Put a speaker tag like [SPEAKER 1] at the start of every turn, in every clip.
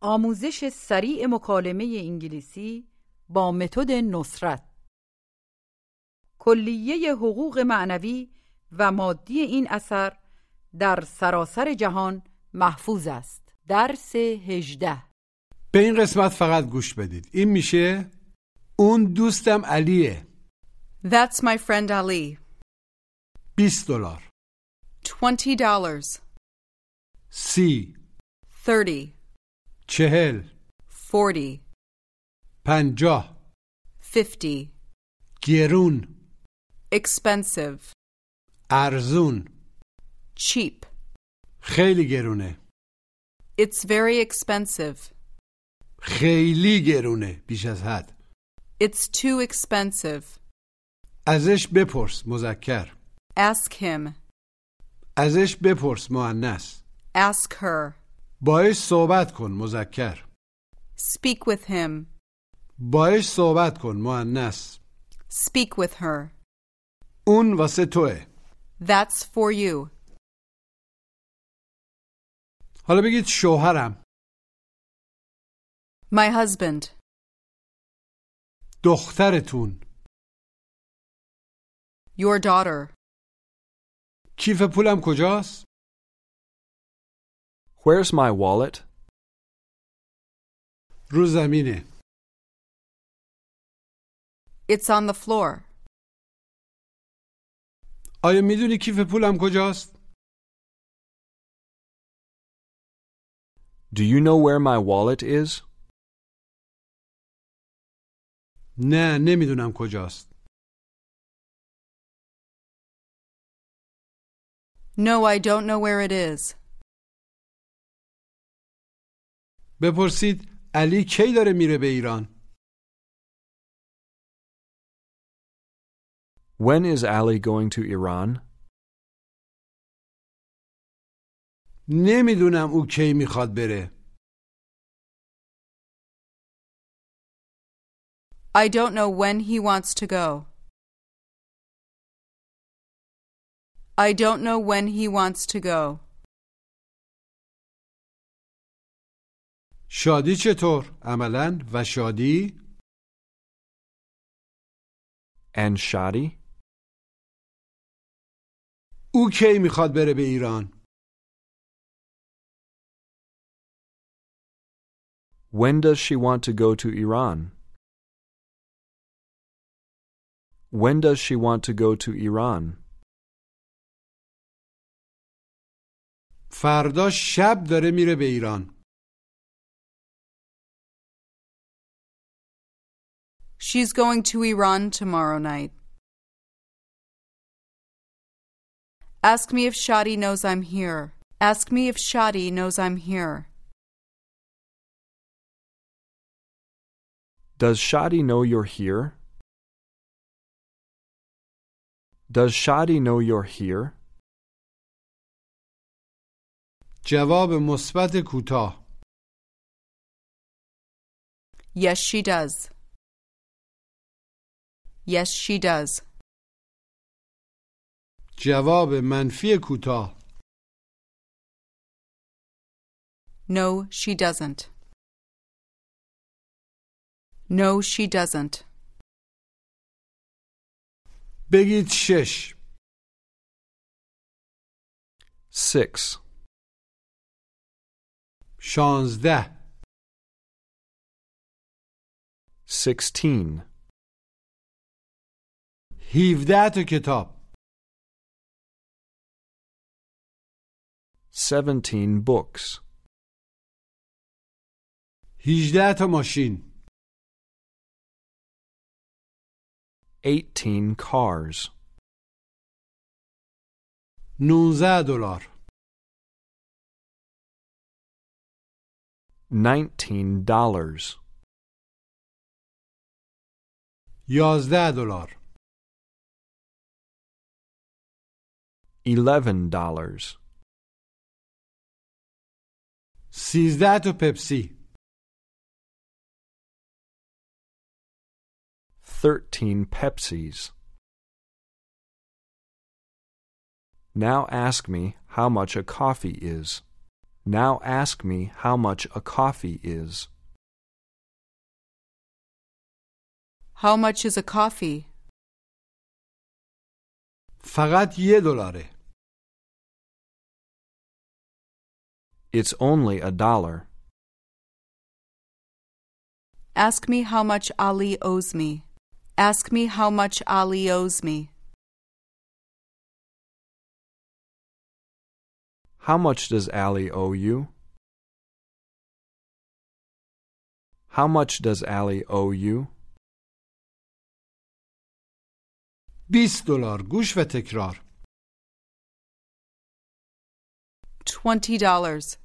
[SPEAKER 1] آموزش سریع مکالمه انگلیسی با متد نصرت کلیه حقوق معنوی و مادی این اثر در سراسر جهان محفوظ است درس هجده
[SPEAKER 2] به این قسمت فقط گوش بدید این میشه اون دوستم علیه
[SPEAKER 3] That's my friend Ali.
[SPEAKER 2] 20 دلار
[SPEAKER 3] $20,
[SPEAKER 2] سی
[SPEAKER 3] 30,
[SPEAKER 2] چهل
[SPEAKER 3] 40,
[SPEAKER 2] پنجاه
[SPEAKER 3] 50.
[SPEAKER 2] گرون
[SPEAKER 3] Expensive.
[SPEAKER 2] ارزون
[SPEAKER 3] Cheap.
[SPEAKER 2] خیلی گرونه
[SPEAKER 3] It's very expensive.
[SPEAKER 2] خیلی گرونه بیش از حد
[SPEAKER 3] It's too expensive.
[SPEAKER 2] ازش بپرس مذکر
[SPEAKER 3] Ask him.
[SPEAKER 2] ازش بپرس مؤنث
[SPEAKER 3] Ask her.
[SPEAKER 2] باش صحبت کن مذکر
[SPEAKER 3] Speak with him.
[SPEAKER 2] باش صحبت کن مؤنث
[SPEAKER 3] Speak with her.
[SPEAKER 2] اون واسه توه
[SPEAKER 3] That's for you.
[SPEAKER 2] حالا بگید شوهرم
[SPEAKER 3] My husband.
[SPEAKER 2] دخترتون
[SPEAKER 3] Your daughter.
[SPEAKER 2] کیف پولم کجاست
[SPEAKER 4] Where's my wallet?
[SPEAKER 2] رو زمینه
[SPEAKER 3] It's on the floor.
[SPEAKER 2] آیا میدونی کیف پولم کجاست؟
[SPEAKER 4] Do you know where my wallet is?
[SPEAKER 2] نه نمیدونم کجاست
[SPEAKER 3] No, I don't know where it is.
[SPEAKER 2] بپرسید علی کی داره میره به ایران؟
[SPEAKER 4] When is Ali going to Iran?
[SPEAKER 2] نمیدونم او کی میخواد بره
[SPEAKER 3] I don't know when he wants to go. I don't know when he wants to go.
[SPEAKER 2] شادی چطور؟ عملا و شادی؟
[SPEAKER 4] And Shadi?
[SPEAKER 2] او کی میخواد بره به ایران؟
[SPEAKER 4] When does she want to go to Iran? When does she want to go to Iran?
[SPEAKER 2] فردا شب داره میره به ایران
[SPEAKER 3] She's going to Iran tomorrow night. Ask me if Shadi knows I'm here. Ask me if Shadi knows I'm here.
[SPEAKER 4] Does Shadi know you're here? Does Shadi know you're here?
[SPEAKER 2] جواب مثبت کوتاه
[SPEAKER 3] Yes, she does. Yes, she does.
[SPEAKER 2] جواب منفی کوتاه
[SPEAKER 3] No, she doesn't. No, she doesn't.
[SPEAKER 2] بگید شش
[SPEAKER 4] 6.
[SPEAKER 2] شانزده
[SPEAKER 4] 16.
[SPEAKER 2] هیوده تا کتاب
[SPEAKER 4] 17 books.
[SPEAKER 2] هیجده تا ماشین
[SPEAKER 4] 18 cars.
[SPEAKER 2] 19 دلار
[SPEAKER 4] 19 dollars.
[SPEAKER 2] 11 دلار
[SPEAKER 4] 11 dollars.
[SPEAKER 2] 13 تا پپسی
[SPEAKER 4] 13 Pepsis. Now ask me how much a coffee is. Now ask me how much a coffee is.
[SPEAKER 3] How much is a coffee?
[SPEAKER 2] فقط یه دلاره
[SPEAKER 4] It's only a dollar.
[SPEAKER 3] Ask me how much Ali owes me. Ask me how much Ali owes me.
[SPEAKER 4] How much does Allie owe you? How much does Allie owe you?
[SPEAKER 2] 20 دلار گوش و تکرار
[SPEAKER 3] Twenty dollars.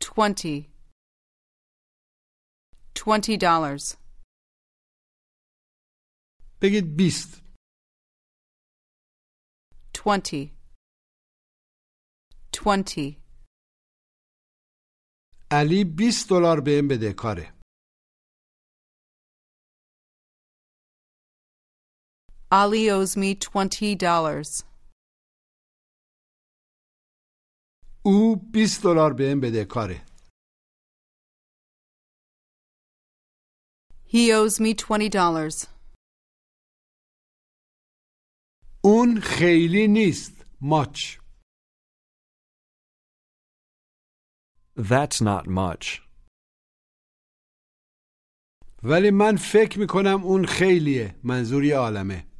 [SPEAKER 3] Twenty. Twenty dollars.
[SPEAKER 2] بگید 20
[SPEAKER 3] Twenty. Twenty.
[SPEAKER 2] علی 20 دلار بهم بده کاره
[SPEAKER 3] Ali owes me twenty dollars.
[SPEAKER 2] او 20 دلار بهم بده کاره
[SPEAKER 3] He owes me twenty dollars.
[SPEAKER 2] اون خیلی نیست ماچ
[SPEAKER 4] That's not much.
[SPEAKER 2] ولی من فکر میکنم اون خیلیه منظوری عالمه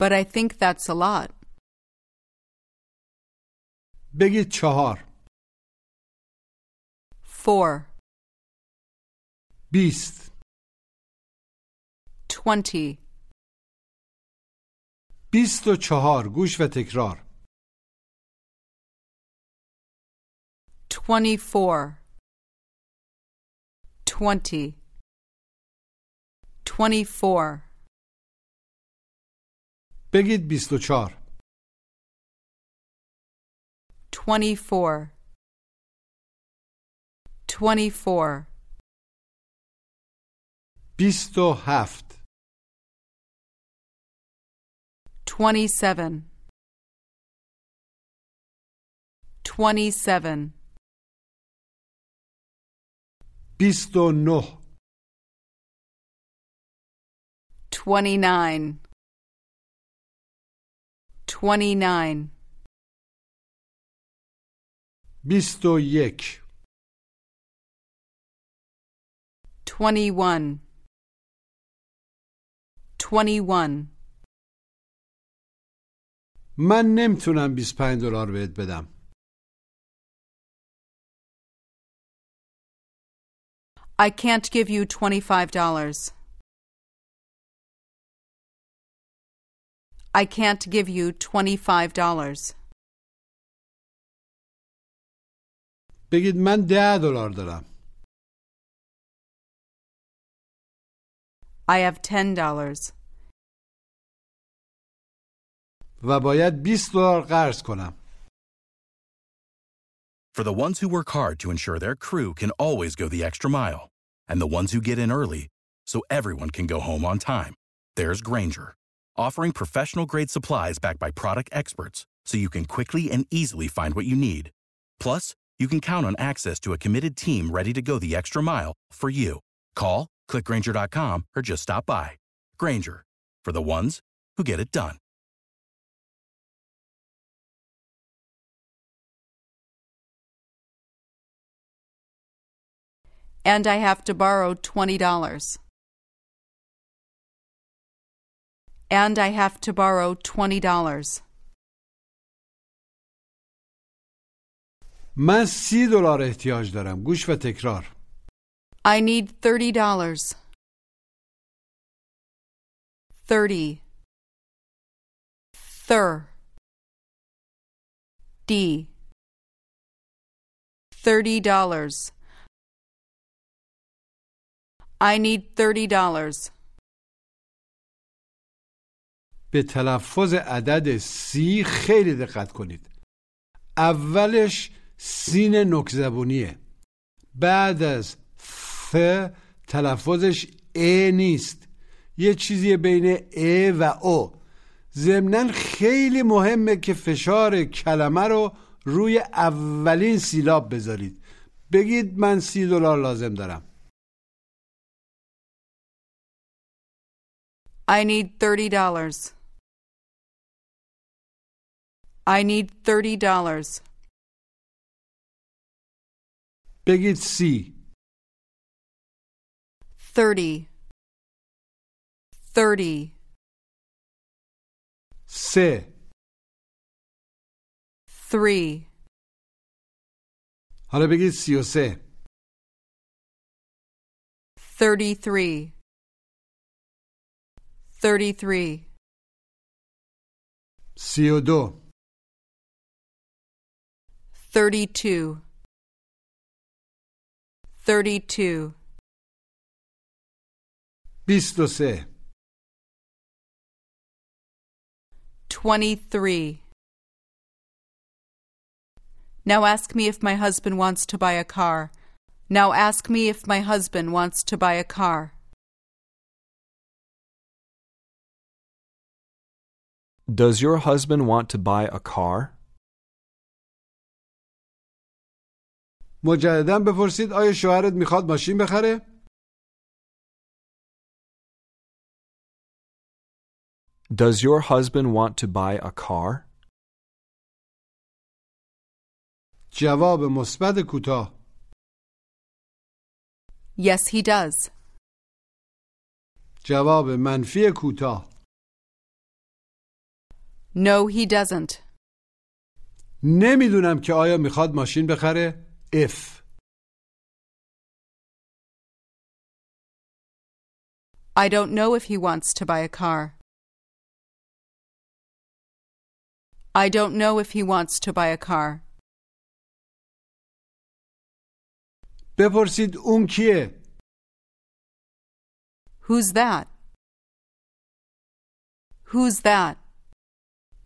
[SPEAKER 3] But I think that's a lot.
[SPEAKER 2] بگید چهار
[SPEAKER 3] Four.
[SPEAKER 2] بیست
[SPEAKER 3] Twenty.
[SPEAKER 2] بیست و چهار گوش و تکرار
[SPEAKER 3] Twenty-four. Twenty. Twenty-four.
[SPEAKER 2] بگید بیست و چهار
[SPEAKER 3] Twenty-four. Twenty-four.
[SPEAKER 2] بیست و هفت
[SPEAKER 3] Twenty-seven. Twenty-seven.
[SPEAKER 2] بیست و نه
[SPEAKER 3] Twenty-nine. Twenty-nine.
[SPEAKER 2] بیست و یک
[SPEAKER 3] Twenty-one. Twenty-one.
[SPEAKER 2] من نمیتونم 25 دلار بهت بدم
[SPEAKER 3] I can't give you $25. I can't give you $25.
[SPEAKER 2] بگید من 10 دلار دارم
[SPEAKER 3] I have $10.
[SPEAKER 2] و باید 20 دلار قرض کنم
[SPEAKER 5] For the ones who work hard to ensure their crew can always go the extra mile, and the ones who get in early so everyone can go home on time, there's Granger, offering professional grade supplies backed by product experts so you can quickly and easily find what you need. Plus, you can count on access to a committed team ready to go the extra mile for you. Call, click clickgranger.com, or just stop by. Granger, for the ones who get it done.
[SPEAKER 3] And I have to borrow $20. And I have to borrow $20.
[SPEAKER 2] من 30 دلار احتیاج دارم گوش و تکرار
[SPEAKER 3] I need $30.
[SPEAKER 6] thirty, thir, d, thirty dollars. I need thirty dollars.
[SPEAKER 7] به تلفظ عدد سی خیلی دقت کنید اولش سین نکزبونیه بعد از ث تلفظش ا نیست یه چیزی بین ا و او ضمنا خیلی مهمه که فشار کلمه رو روی اولین سیلاب بذارید بگید من سی دلار لازم دارم
[SPEAKER 6] I need thirty dollars. I need thirty dollars.
[SPEAKER 7] بگید سی
[SPEAKER 6] Thirty. Thirty.
[SPEAKER 7] سه
[SPEAKER 6] Three.
[SPEAKER 7] حالا بگید سی و سه
[SPEAKER 6] Thirty-three. Thirty-three.
[SPEAKER 7] سی و دو
[SPEAKER 6] Thirty-two. Thirty-two.
[SPEAKER 7] بیست و سه
[SPEAKER 6] Twenty-three. Now ask me if my husband wants to buy a car. Now ask me if my husband wants to buy a car.
[SPEAKER 4] Does your husband want to buy a car?
[SPEAKER 7] مجددا بپرسید آیا شوهرت میخواد ماشین بخره؟
[SPEAKER 4] Does your husband want to buy a car?
[SPEAKER 7] جواب مثبت کوتاه
[SPEAKER 6] Yes, he does.
[SPEAKER 7] جواب منفی کوتاه
[SPEAKER 6] No, he doesn't.
[SPEAKER 7] نمیدونم که آیا میخواد ماشین بخره اف
[SPEAKER 6] I don't know if he wants to buy a car. I don't know if he wants to buy a car.
[SPEAKER 7] بپرسید اون کیه
[SPEAKER 6] Who's that? Who's that?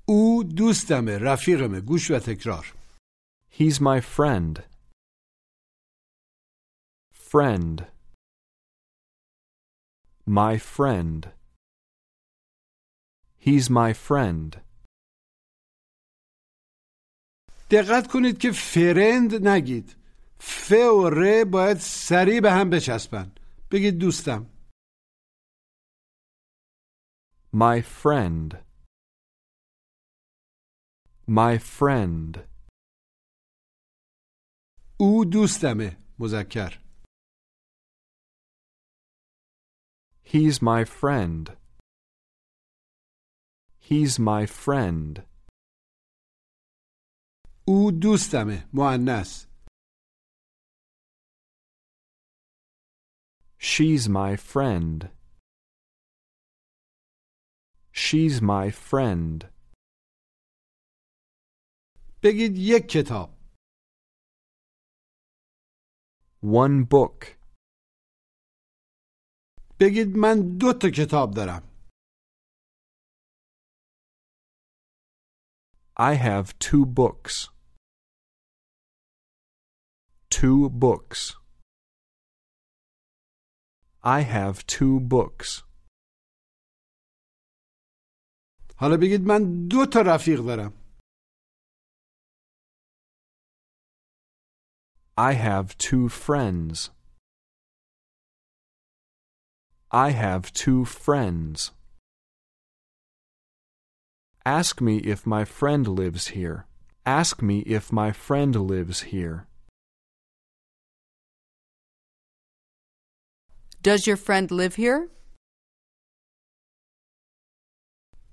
[SPEAKER 7] او دوستمه رفیقمه گوش و تکرار
[SPEAKER 4] He's my friend. Friend. My friend. He's my friend.
[SPEAKER 7] دقت کنید که فرند نگید ف و ر باید سریع به هم بچسبن بگید دوستم
[SPEAKER 4] My friend. My friend.
[SPEAKER 7] او دوستمه مذکر
[SPEAKER 4] He's my friend. He's my friend.
[SPEAKER 7] او دوستمه معنس
[SPEAKER 4] She's my friend. She's my friend.
[SPEAKER 7] بگید یک کتاب
[SPEAKER 4] One book.
[SPEAKER 7] بگید من دو تا کتاب دارم
[SPEAKER 4] I have two books. Two books. I have two books.
[SPEAKER 7] حالا بگید من دو تا رفیق دارم
[SPEAKER 4] I have two friends. I have two friends. Ask me if my friend lives here. Ask me if my friend lives here.
[SPEAKER 6] Does your friend live here?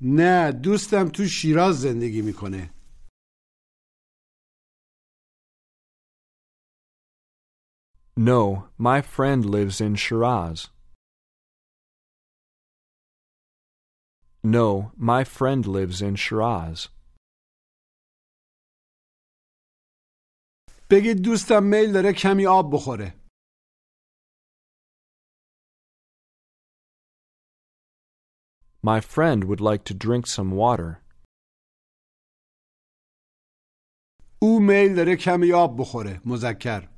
[SPEAKER 7] نه دوستم تو شیراز زندگی میکنه
[SPEAKER 4] No, my friend lives in Shiraz. No, my friend lives in Shiraz.
[SPEAKER 2] بگید دوستم میل داره کمی آب بخوره
[SPEAKER 4] My friend would like to drink some water.
[SPEAKER 2] او میل داره کمی آب بخوره مذکر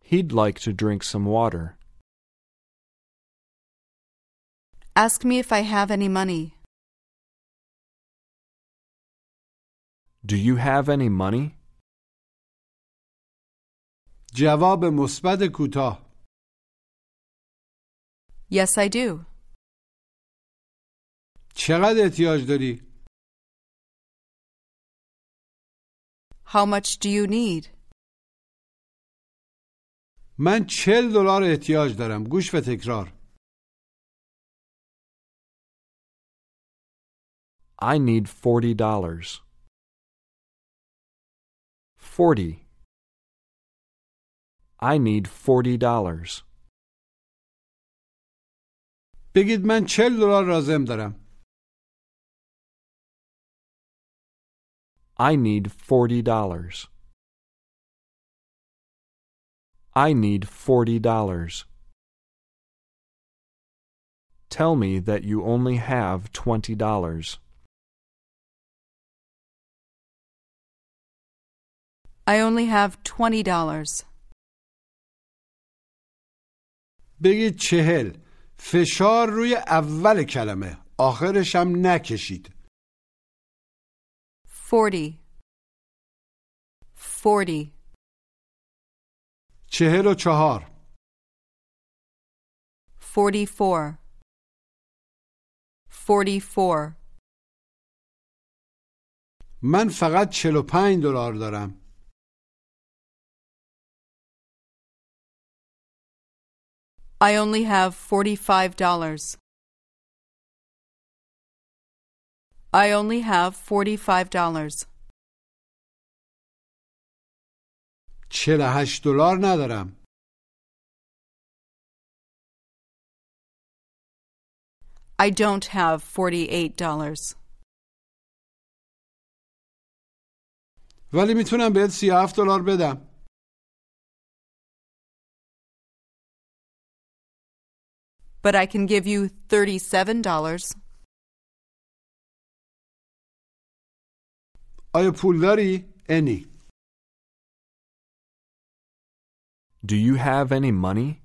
[SPEAKER 4] He'd like to drink some water.
[SPEAKER 3] Ask me if I have any money.
[SPEAKER 4] Do you have any money?
[SPEAKER 2] جواب مثبت کوتاه
[SPEAKER 3] Yes, I do.
[SPEAKER 2] چقدر احتیاج داری
[SPEAKER 3] How much do you need?
[SPEAKER 2] من چل دلار احتیاج دارم گوش و تکرار
[SPEAKER 4] I need forty dollars. Forty. I need forty dollars.
[SPEAKER 2] بگید من چل دلار لازم دارم
[SPEAKER 4] I need forty dollars. I need forty dollars. Tell me that you only have twenty dollars.
[SPEAKER 3] I only have twenty dollars.
[SPEAKER 2] بگید چهل فشار روی اول کلمه آخرش هم نکشید
[SPEAKER 3] Forty. Forty.
[SPEAKER 2] چهل و چهار
[SPEAKER 3] Forty-four. Forty-four.
[SPEAKER 2] من فقط چل و پنج دلار دارم
[SPEAKER 3] I only have forty-five dollars. I only have forty-five dollars.
[SPEAKER 2] چل و هشت دلار ندارم
[SPEAKER 3] I don't have forty-eight dollars.
[SPEAKER 2] ولی میتونم بهت سی و هفت دلار بدم
[SPEAKER 3] But I can give you thirty-seven dollars.
[SPEAKER 2] آیا پول داری؟ انی
[SPEAKER 4] Do you have any money?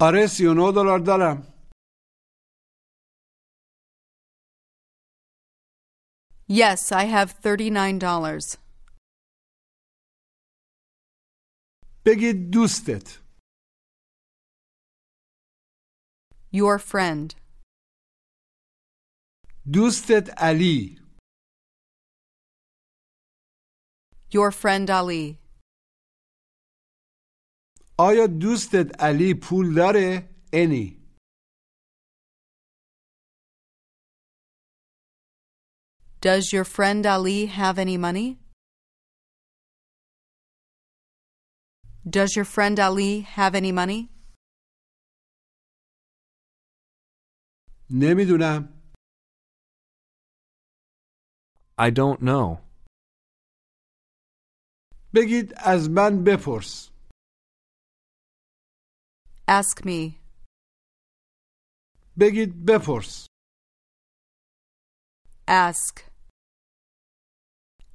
[SPEAKER 2] آره سی و نه دلار دارم
[SPEAKER 3] Yes, I have thirty-nine dollars.
[SPEAKER 2] بگید دوستت
[SPEAKER 3] Your friend.
[SPEAKER 2] دوستت علی
[SPEAKER 3] Your friend Ali.
[SPEAKER 2] آیا دوستت علی پول داره؟ انی
[SPEAKER 3] Does your friend Ali have any money? Does your friend Ali have any money?
[SPEAKER 2] نمیدونم
[SPEAKER 4] I don't know.
[SPEAKER 2] بگید از من بپرس
[SPEAKER 3] Ask me.
[SPEAKER 2] بگید بپرس
[SPEAKER 3] Ask.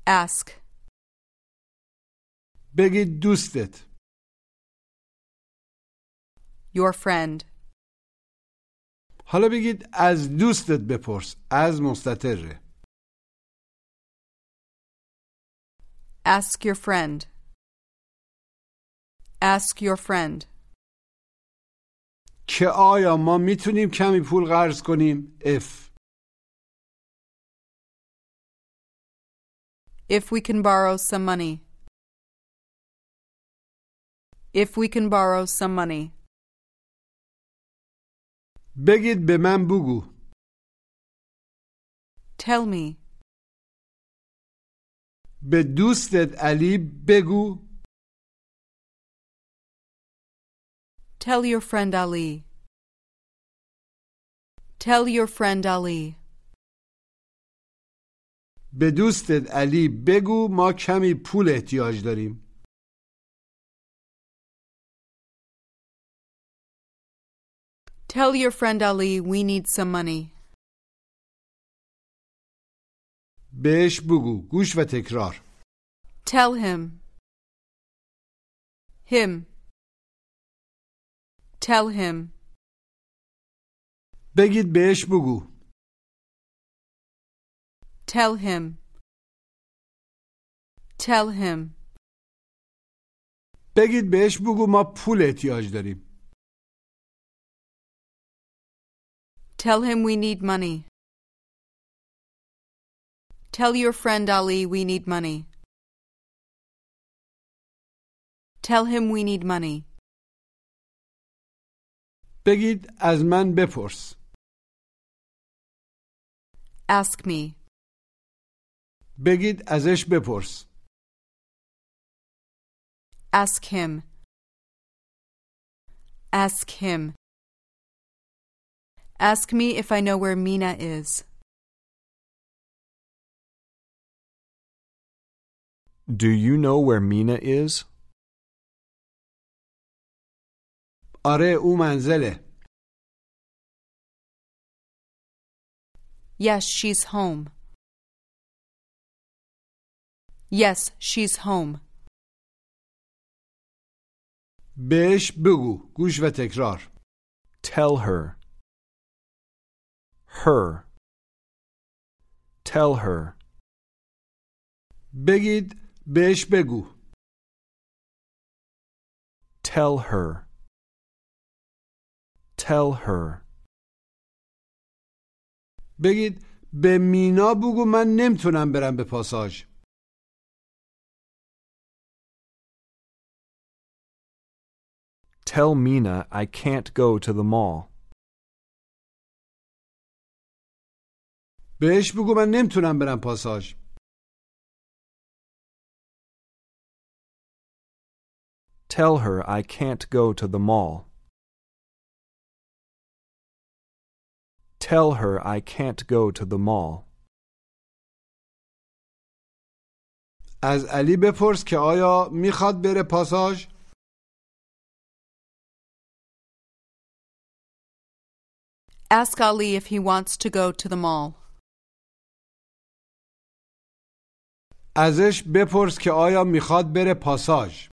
[SPEAKER 3] Ask.
[SPEAKER 2] بگید دوستت
[SPEAKER 3] Your friend.
[SPEAKER 2] حالا بگید از دوستت بپرس از مستطره
[SPEAKER 3] Ask your friend. Ask your friend.
[SPEAKER 2] که آیا ما میتونیم کمی پول قرض کنیم اف
[SPEAKER 3] If we can borrow some money. If we can borrow some money.
[SPEAKER 2] بگید به من بگو
[SPEAKER 3] Tell me.
[SPEAKER 2] به دوستت علی بگو
[SPEAKER 8] Tell your friend Ali. Tell your friend Ali.
[SPEAKER 2] به دوستت علی بگو ما کمی پول احتیاج داریم
[SPEAKER 8] Tell your friend Ali we need some money.
[SPEAKER 2] بهش بگو گوش و تکرار
[SPEAKER 8] Tell him. Him. Tell him.
[SPEAKER 2] بگید بهش بگو
[SPEAKER 8] Tell him. Tell him.
[SPEAKER 2] بگید بهش بگو ما پول احتیاج داریم
[SPEAKER 8] Tell him we need money. Tell your friend Ali we need money. Tell him we need money.
[SPEAKER 2] بگید از من بپرس
[SPEAKER 8] Ask me.
[SPEAKER 2] بگید ازش بپرس
[SPEAKER 8] Ask him. Ask him. Ask me if I know where Mina is.
[SPEAKER 9] Do you know where Mina is?
[SPEAKER 2] آره او منزله
[SPEAKER 8] Yes, she's home. Yes, she's home.
[SPEAKER 2] بهش بگو گوش و تکرار
[SPEAKER 9] Tell her. Her. Tell her.
[SPEAKER 2] بگید بهش بگو
[SPEAKER 9] Tell her. Tell her.
[SPEAKER 2] بگید به مینا بگو من نمیتونم برم به پاساژ
[SPEAKER 9] Tell Mina I can't go to the mall.
[SPEAKER 2] بهش بگو من نمیتونم برم پاساژ
[SPEAKER 9] Tell her I can't go to the mall. Tell her I can't go to the mall.
[SPEAKER 2] از علی بپرس که آیا میخواد بره پاساژ
[SPEAKER 8] Ask Ali if he wants to go to the mall.
[SPEAKER 2] ازش بپرس که آیا میخواد بره پاساژ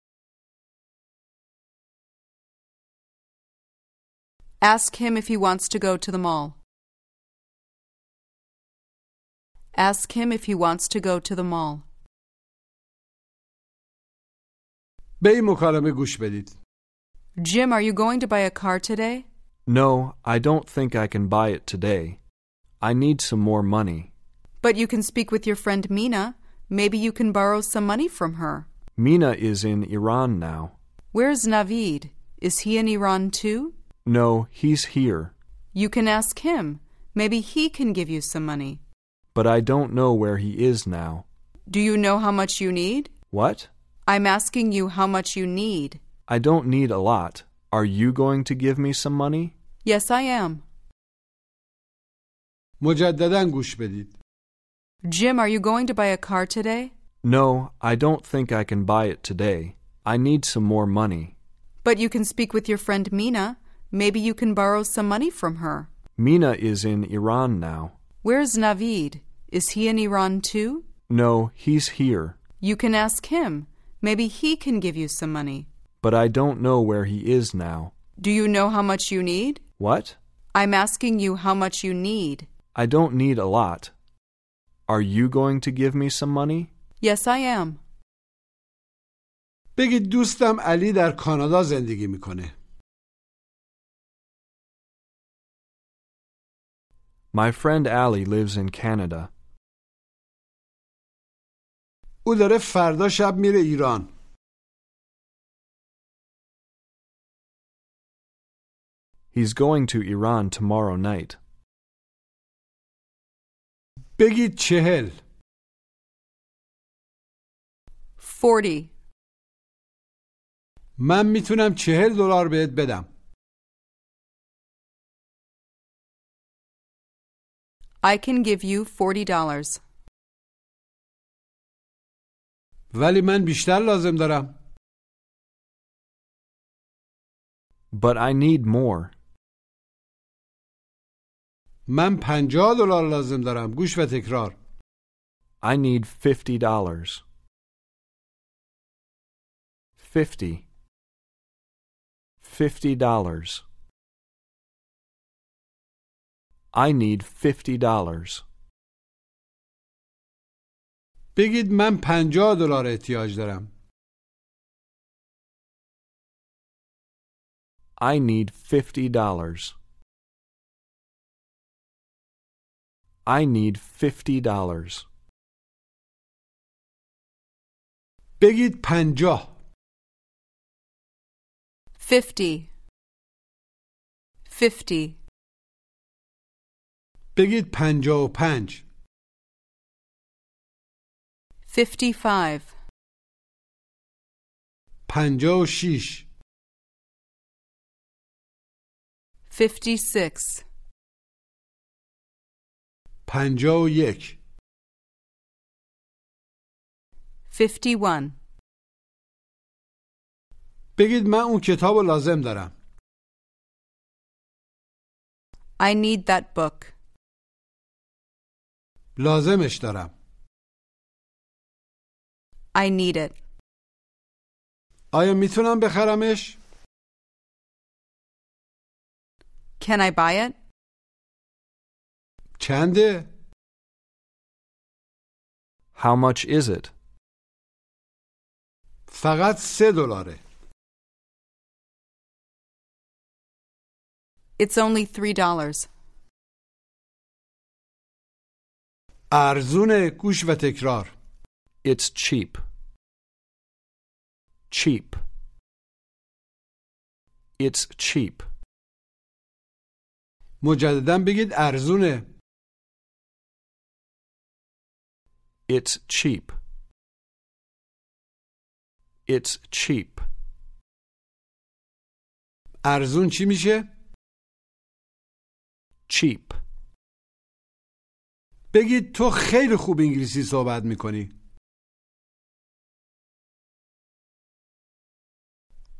[SPEAKER 8] Ask him if he wants to go to the mall. Ask him if he wants to go to the mall.
[SPEAKER 2] به این مکالمه گوش بدید
[SPEAKER 8] Jim, are you going to buy a car today?
[SPEAKER 9] No, I don't think I can buy it today. I need some more money.
[SPEAKER 8] But you can speak with your friend Mina. Maybe you can borrow some money from her.
[SPEAKER 9] Mina is in Iran now.
[SPEAKER 8] Where's Navid? Is he in Iran too?
[SPEAKER 9] No, he's here,
[SPEAKER 8] You can ask him. Maybe he can give you some money.
[SPEAKER 9] but I don't know where he is now.
[SPEAKER 8] Do you know how much you need?
[SPEAKER 9] What?
[SPEAKER 8] I'm asking you how much you need.
[SPEAKER 9] I don't need a lot. Are you going to give me some money?
[SPEAKER 8] Yes, I am.
[SPEAKER 2] مجددا گوش بدید
[SPEAKER 8] Jim, are you going to buy a car today?
[SPEAKER 9] No, I don't think I can buy it today. I need some more money.
[SPEAKER 8] But you can speak with your friend Mina. Maybe you can borrow some money from her.
[SPEAKER 9] Mina is in Iran now.
[SPEAKER 8] Where's Navid? Is he in Iran too?
[SPEAKER 9] No, he's here,
[SPEAKER 8] You can ask him. Maybe he can give you some money.
[SPEAKER 9] but I don't know where he is now.
[SPEAKER 8] Do you know how much you need?
[SPEAKER 9] What?
[SPEAKER 8] I'm asking you how much you need.
[SPEAKER 9] I don't need a lot. Are you going to give me some money?
[SPEAKER 8] Yes, I am.
[SPEAKER 2] بگید دوستم علی در کانادا زندگی میکنه
[SPEAKER 9] My friend Allie lives in Canada.
[SPEAKER 2] او داره فردا شب میره ایران
[SPEAKER 9] He's going to Iran tomorrow night.
[SPEAKER 2] بگید چهل
[SPEAKER 8] Forty.
[SPEAKER 2] من میتونم چهل دلار بهت بدم
[SPEAKER 3] I can give you $40.
[SPEAKER 2] ولی من بیشتر لازم دارم
[SPEAKER 4] But I need more.
[SPEAKER 2] من 50 دلار لازم دارم گوش و تکرار
[SPEAKER 4] I need $50. 50 $50. I need $50.
[SPEAKER 2] بگید من 50 دلار احتیاج دارم
[SPEAKER 4] I need $50. I need $50.
[SPEAKER 2] بگید 50
[SPEAKER 3] 50. 50.
[SPEAKER 2] بگید 55
[SPEAKER 3] 55.
[SPEAKER 2] 56
[SPEAKER 3] 56.
[SPEAKER 2] 51
[SPEAKER 3] 51.
[SPEAKER 2] بگید من اون کتاب رو لازم دارم
[SPEAKER 3] I need that book.
[SPEAKER 2] لازمش دارم
[SPEAKER 3] I need it.
[SPEAKER 2] آیا میتونم بخرمش؟
[SPEAKER 3] Can I buy it?
[SPEAKER 2] چنده؟
[SPEAKER 4] How much is it?
[SPEAKER 2] فقط سه دلاره
[SPEAKER 3] It's only $3.
[SPEAKER 2] ارزونه گوش و تکرار
[SPEAKER 4] It's cheap. Cheap. It's cheap.
[SPEAKER 2] مجددا بگید ارزونه
[SPEAKER 4] It's cheap. It's cheap.
[SPEAKER 2] ارزون چی میشه؟
[SPEAKER 4] Cheap.
[SPEAKER 2] بگید تو خیلی خوب انگلیسی صحبت میکنی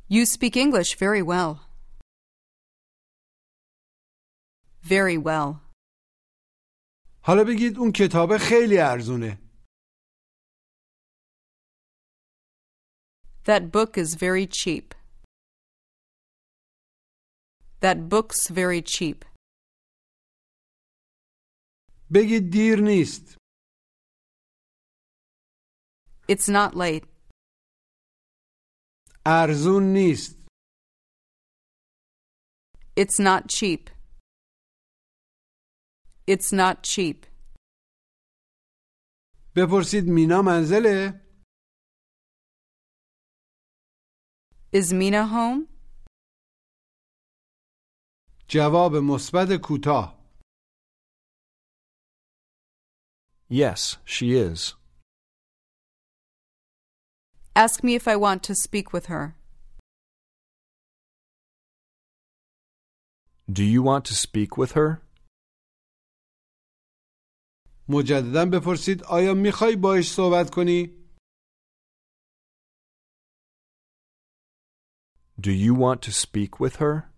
[SPEAKER 3] You speak English very well. Very well.
[SPEAKER 2] حالا بگید اون کتاب خیلی ارزونه
[SPEAKER 3] That book is very cheap. That book's very cheap.
[SPEAKER 2] بگید دیر نیست
[SPEAKER 3] It's not late.
[SPEAKER 2] ارزون نیست
[SPEAKER 3] It's not cheap. It's not cheap.
[SPEAKER 2] بپرسید مینا منزله؟
[SPEAKER 3] Is Mina home?
[SPEAKER 2] جواب مثبت کوتاه
[SPEAKER 4] Yes, she is.
[SPEAKER 3] Ask me if I want to speak with her.
[SPEAKER 4] Do you want to speak with her?
[SPEAKER 2] مجددا بپرسید آیا میخوای باش صحبت کنی؟
[SPEAKER 4] Do you want to speak with her?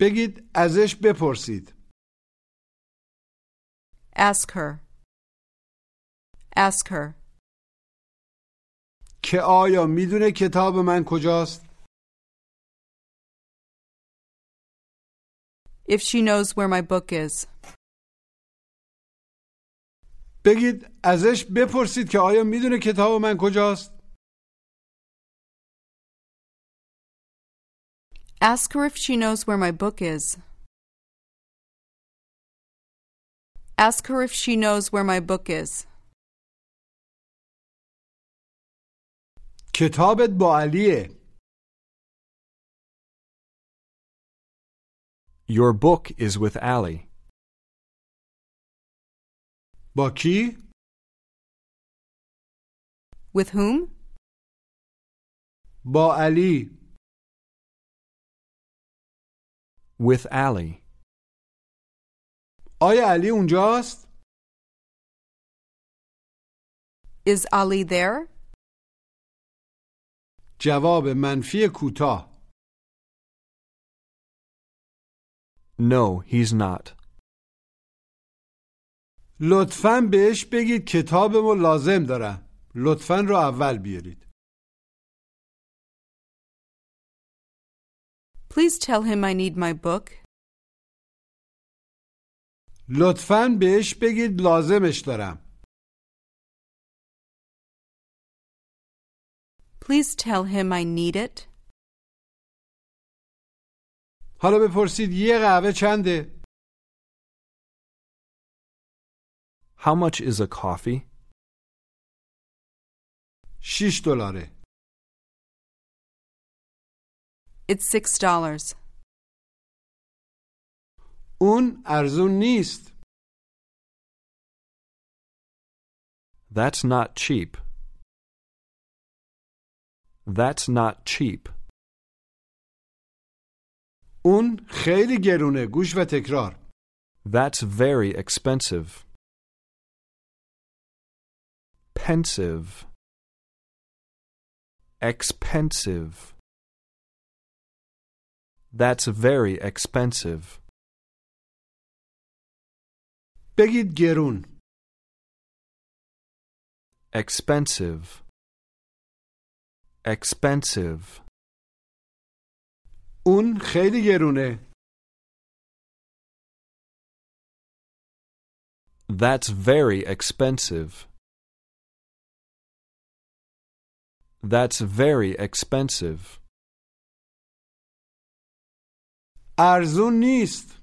[SPEAKER 2] بگید ازش بپرسید
[SPEAKER 3] Ask her. Ask her.
[SPEAKER 2] که آیا میدونه کتاب من کجاست؟
[SPEAKER 3] If she knows where my book is.
[SPEAKER 2] بگید ازش بپرسید که آیا میدونه کتاب من کجاست؟
[SPEAKER 3] Ask her if she knows where my book is. Ask her if she knows where my book is.
[SPEAKER 2] کتابت با علیه
[SPEAKER 4] Your book is with Allie.
[SPEAKER 2] با کی؟
[SPEAKER 3] With whom?
[SPEAKER 2] با علی
[SPEAKER 4] With Allie.
[SPEAKER 2] آیا علی اونجاست؟
[SPEAKER 3] Is Ali there?
[SPEAKER 2] جواب منفی کوتاه
[SPEAKER 4] No, he's not.
[SPEAKER 2] لطفا بهش بگید کتابمو لازم دارم لطفا رو اول بیارید
[SPEAKER 3] Please tell him I need my book.
[SPEAKER 2] لطفا بهش بگید لازمش دارم
[SPEAKER 3] Please tell him I need it.
[SPEAKER 2] حالا بپرسید یه قهوه چنده؟
[SPEAKER 4] How much is a coffee?
[SPEAKER 2] 6 دلاره
[SPEAKER 3] It's six dollars.
[SPEAKER 2] اون ارزون نیست
[SPEAKER 4] That's not cheap. That's not cheap.
[SPEAKER 2] اون خیلی گرونه گوش و تکرار
[SPEAKER 4] That's very expensive. Pensive. Expensive. That's very expensive.
[SPEAKER 2] بگید گرون
[SPEAKER 4] Expensive. Expensive.
[SPEAKER 2] اون خیلی گرونه
[SPEAKER 4] That's very expensive. That's very expensive.
[SPEAKER 2] ارزون نیست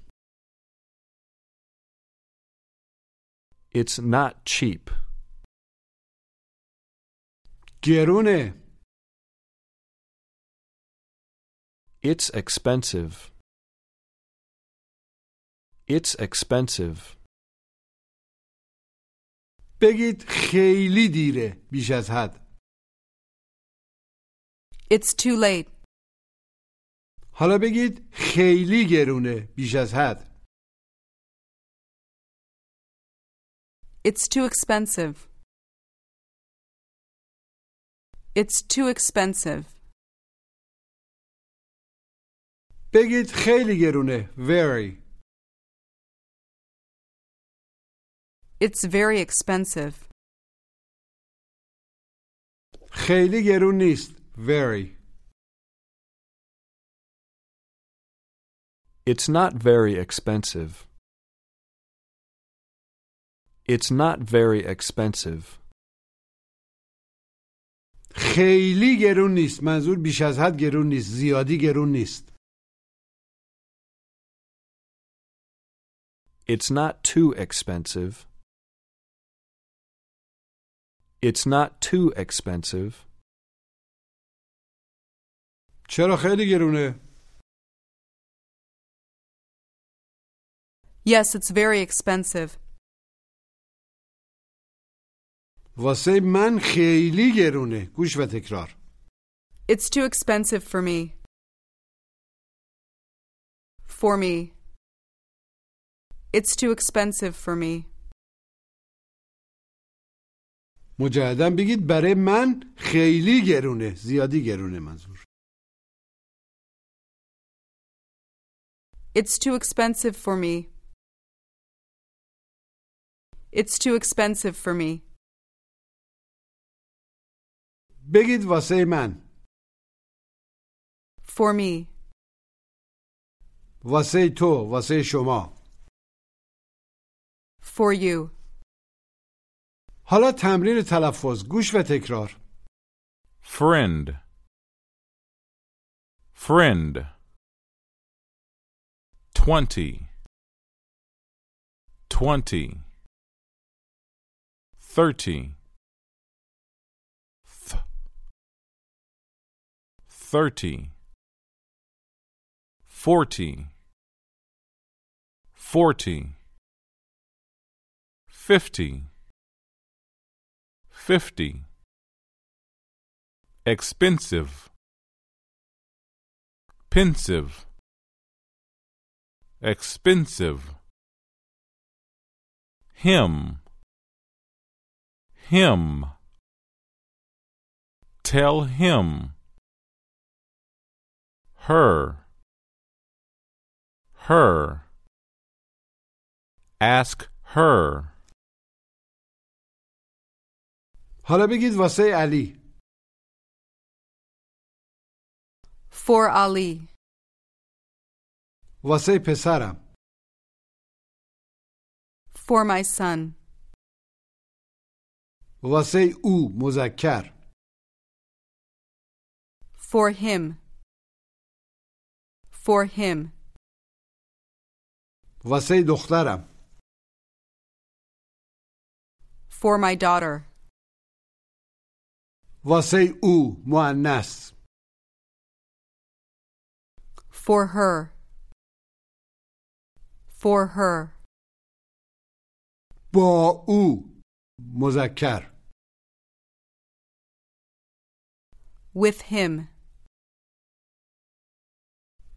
[SPEAKER 4] It's not cheap.
[SPEAKER 2] گرونه
[SPEAKER 4] It's expensive. It's expensive.
[SPEAKER 2] بگید خیلی دیره بیش از حد
[SPEAKER 3] It's too late.
[SPEAKER 2] حالا بگید خیلی گرونه بیش از حد
[SPEAKER 3] It's too expensive. It's too expensive.
[SPEAKER 2] بگید خیلی گرونه very
[SPEAKER 3] It's very expensive.
[SPEAKER 2] خیلی گرون نیست very
[SPEAKER 4] It's not very expensive. It's not very expensive.
[SPEAKER 2] خیلی گرون نیست منظور بیش از حد گرون نیست زیادی گرون نیست
[SPEAKER 4] It's not too expensive. It's not too expensive.
[SPEAKER 2] چرا خیلی گرونه
[SPEAKER 3] Yes, it's very expensive.
[SPEAKER 2] واسه من خیلی گرونه گوش و تکرار
[SPEAKER 3] It's too expensive for me. For me. It's too expensive for me.
[SPEAKER 2] مجددا بگید برای من خیلی گرونه زیادی گرونه منظور
[SPEAKER 3] It's too expensive for me. It's too expensive for me.
[SPEAKER 2] بگید واسه من
[SPEAKER 3] For me.
[SPEAKER 2] واسه تو واسه شما
[SPEAKER 3] For you.
[SPEAKER 2] حالا تمرین تلفظ گوش و تکرار
[SPEAKER 10] Friend. Friend. Twenty. Twenty. Thirty. Th- Thirty. Forty. Forty. Fifty. Fifty. Expensive. Pensive. Expensive. him, him. Tell him, her, her. Ask her,
[SPEAKER 2] حالا بگید واسه علی
[SPEAKER 3] For Ali.
[SPEAKER 2] واسه پسرم
[SPEAKER 3] For my son.
[SPEAKER 2] واسه او مذکر
[SPEAKER 3] For him. For him.
[SPEAKER 2] واسه دخترم
[SPEAKER 3] For my daughter.
[SPEAKER 2] واسه او مؤنث
[SPEAKER 3] For her. For her.
[SPEAKER 2] با او مذکر
[SPEAKER 3] With him.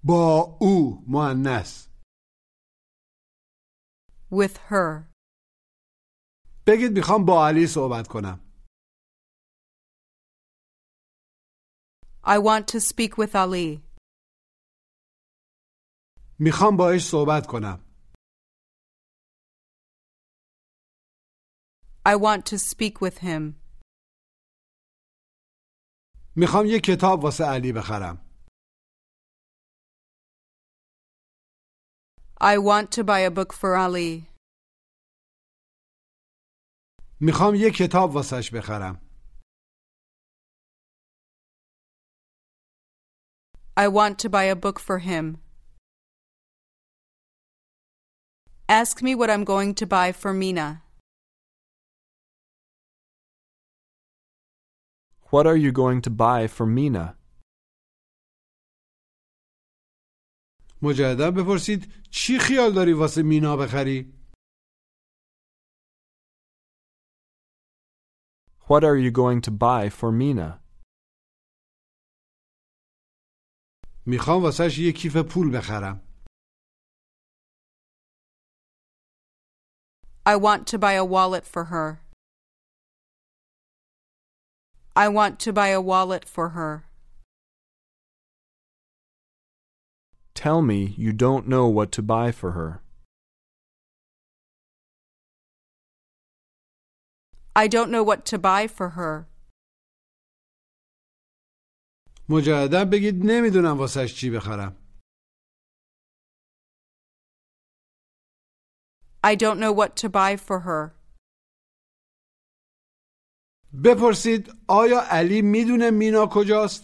[SPEAKER 2] با او مؤنث
[SPEAKER 3] With her.
[SPEAKER 2] بگید میخوام با علی صحبت کنم
[SPEAKER 3] I want to speak with Ali.
[SPEAKER 2] میخوام باش صحبت کنم
[SPEAKER 3] I want to speak with him.
[SPEAKER 2] میخوام یه کتاب واسه علی بخرم
[SPEAKER 3] I want to buy a book for Ali.
[SPEAKER 2] میخوام یه کتاب واسش بخرم
[SPEAKER 3] I want to buy a book for him. Ask me what I'm going to buy for Mina.
[SPEAKER 4] What are you going to buy for Mina?
[SPEAKER 2] مجددا بپرسید چی خیال داری واسه مینا بخری
[SPEAKER 4] What are you going to buy for Mina?
[SPEAKER 2] میخوام واسش یه کیف پول بخرم
[SPEAKER 3] I want to buy a wallet for her. I want to buy a wallet for her.
[SPEAKER 4] Tell me you don't know what to buy for her.
[SPEAKER 3] I don't know what to buy for her.
[SPEAKER 2] مجددا بگید نمیدونم واسش چی بخرم
[SPEAKER 3] I don't know what to buy for her.
[SPEAKER 2] بپرسید آیا علی میدونه مینا کجاست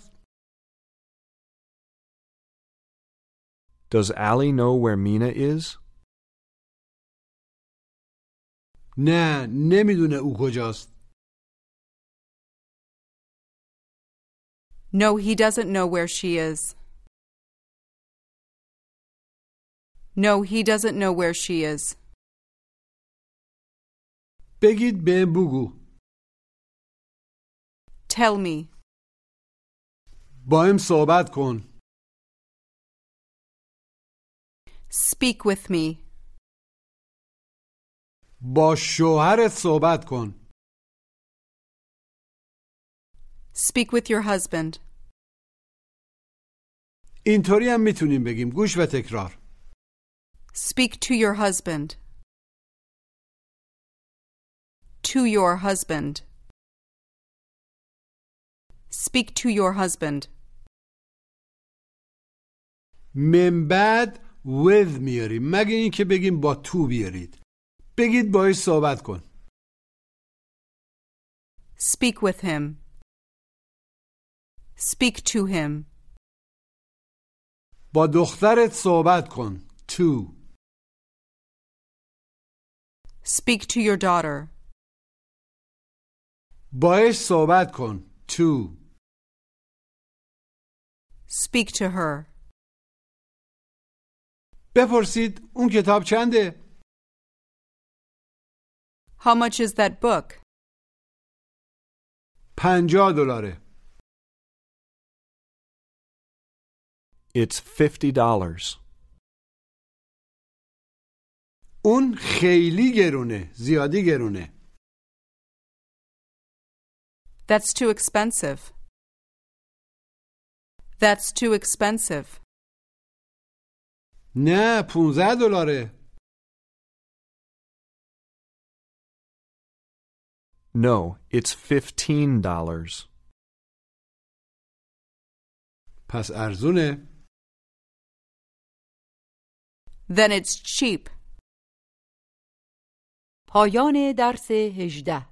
[SPEAKER 4] Does Allie know where Mina is?
[SPEAKER 2] نه نمیدونه او کجاست
[SPEAKER 3] No, he doesn't know where she is. No, he doesn't know where she is.
[SPEAKER 2] بگید بهم بگو
[SPEAKER 3] Tell me.
[SPEAKER 2] با هم صحبت کن
[SPEAKER 3] Speak with me.
[SPEAKER 2] با شوهرت صحبت کن
[SPEAKER 3] Speak with your husband.
[SPEAKER 2] اینطوری هم میتونیم بگیم گوش و تکرار
[SPEAKER 3] Speak to your husband. To your husband. Speak to your husband.
[SPEAKER 2] من بعد with میاریم مگه اینکه بگیم با تو بیارید بگید باهاش صحبت کن
[SPEAKER 3] Speak with him. Speak to him.
[SPEAKER 2] با دخترت صحبت کن تو
[SPEAKER 3] Speak to your daughter.
[SPEAKER 2] باهاش صحبت کن تو
[SPEAKER 3] Speak to her.
[SPEAKER 2] بپرسید اون کتاب چنده
[SPEAKER 3] How much is that book?
[SPEAKER 2] پنجاه دلاره
[SPEAKER 4] It's fifty dollars.
[SPEAKER 2] اون خیلی گرونه زیادی گرونه
[SPEAKER 3] That's too expensive. That's too expensive.
[SPEAKER 2] نه 15 دلاره
[SPEAKER 4] No, it's fifteen dollars.
[SPEAKER 2] پس ارزونه
[SPEAKER 3] Then it's cheap.
[SPEAKER 1] پایان درس هجده